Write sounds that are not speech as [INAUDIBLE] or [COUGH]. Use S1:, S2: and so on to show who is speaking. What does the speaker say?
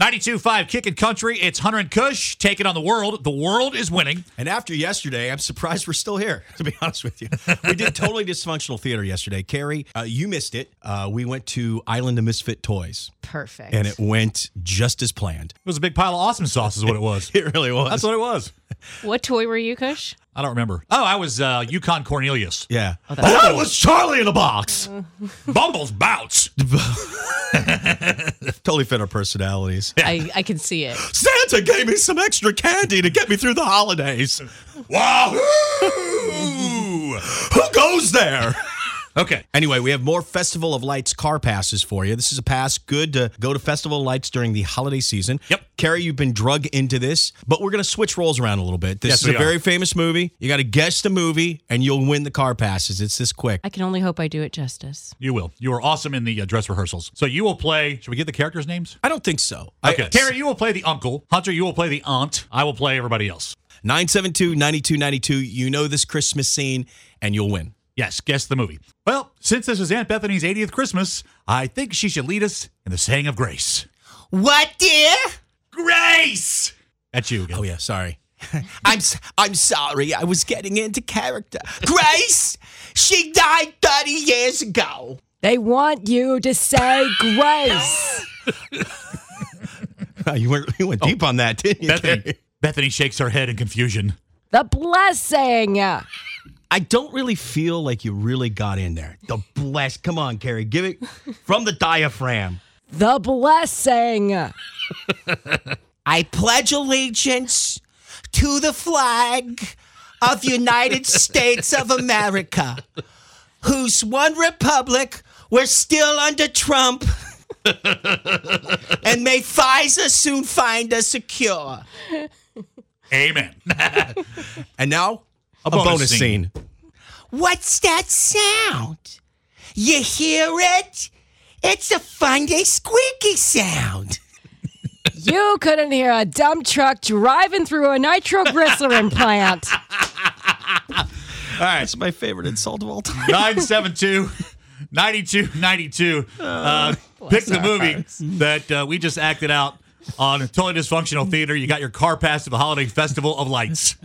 S1: 92.5 Kick and Country. It's Hunter and Cush taking on the world. The world is winning.
S2: And after yesterday, I'm surprised we're still here, to be [LAUGHS] honest with you. We did totally dysfunctional theater yesterday. Carrie, uh, you missed it. Uh, we went to Island of Misfit Toys,
S3: Perfect.
S2: and it went just as planned. [LAUGHS]
S1: It was a big pile of awesome sauce, is what it was.
S2: It really
S1: [LAUGHS]
S2: was.
S1: That's what it was.
S3: what toy were
S2: [LAUGHS]
S3: you, Kush?
S1: I don't remember. Oh, I was uh, Yukon Cornelius. [LAUGHS]
S2: yeah.
S3: that's
S2: oh, it was Charlie in a box.
S1: Bumbles bounce.
S2: totally fit our personalities.
S3: I, I can see it.
S2: Santa gave me some extra candy to get me through the holidays. Wahoo! Who goes there?
S1: Okay.
S2: Anyway, we have more Festival of Lights car passes for you. This is a pass good to go to Festival of Lights during the holiday season.
S1: Yep.
S2: Carrie, you've been drug into this, but we're going to switch roles around a little bit. This
S1: Yes,
S2: is a
S1: we are.
S2: very famous movie. You got to guess the movie, and you'll win the car passes. It's this quick.
S3: I can only hope I do it justice.
S1: You will. You were awesome in the uh, dress rehearsals. So you will play. Should we get the characters' names?
S2: I don't think so.
S1: Okay. Terry, you will play the uncle. Hunter, you will play the aunt. I will play everybody else.
S2: 972 9292. You know this Christmas scene, and you'll win.
S1: Yes, guess the movie. Well, since this is Aunt Bethany's 80th Christmas, I think she should lead us in the saying of grace.
S2: What, dear?
S1: Grace! That's you again.
S2: Oh yeah, sorry. [LAUGHS] I'm s- I'm sorry. I was getting into character. Grace, she died 30 years ago.
S3: They want you to say grace.
S2: [LAUGHS] you went you went deep on that, didn't you?
S1: Bethany, Bethany shakes her head in confusion.
S3: the blessing.
S2: I don't really feel like you really got in there. The bless. Come on, Carrie, give it from the diaphragm.
S3: The blessing.
S2: I pledge allegiance to the flag of United States of America, whose one republic we're still under Trump. [LAUGHS] and may FISA soon find us secure.
S1: [LAUGHS] Amen.
S2: And now, a,
S1: bonus scene.
S2: What's that sound? You hear it? It's a funny squeaky sound.
S3: You couldn't hear a dump truck driving through a nitroglycerin plant.
S2: All right, it's my favorite insult of all time.
S1: 972 9292. Uh, pick the movie that uh, we just acted out on Totally Dysfunctional Theater. You got your car pass to the Holiday Festival of Lights.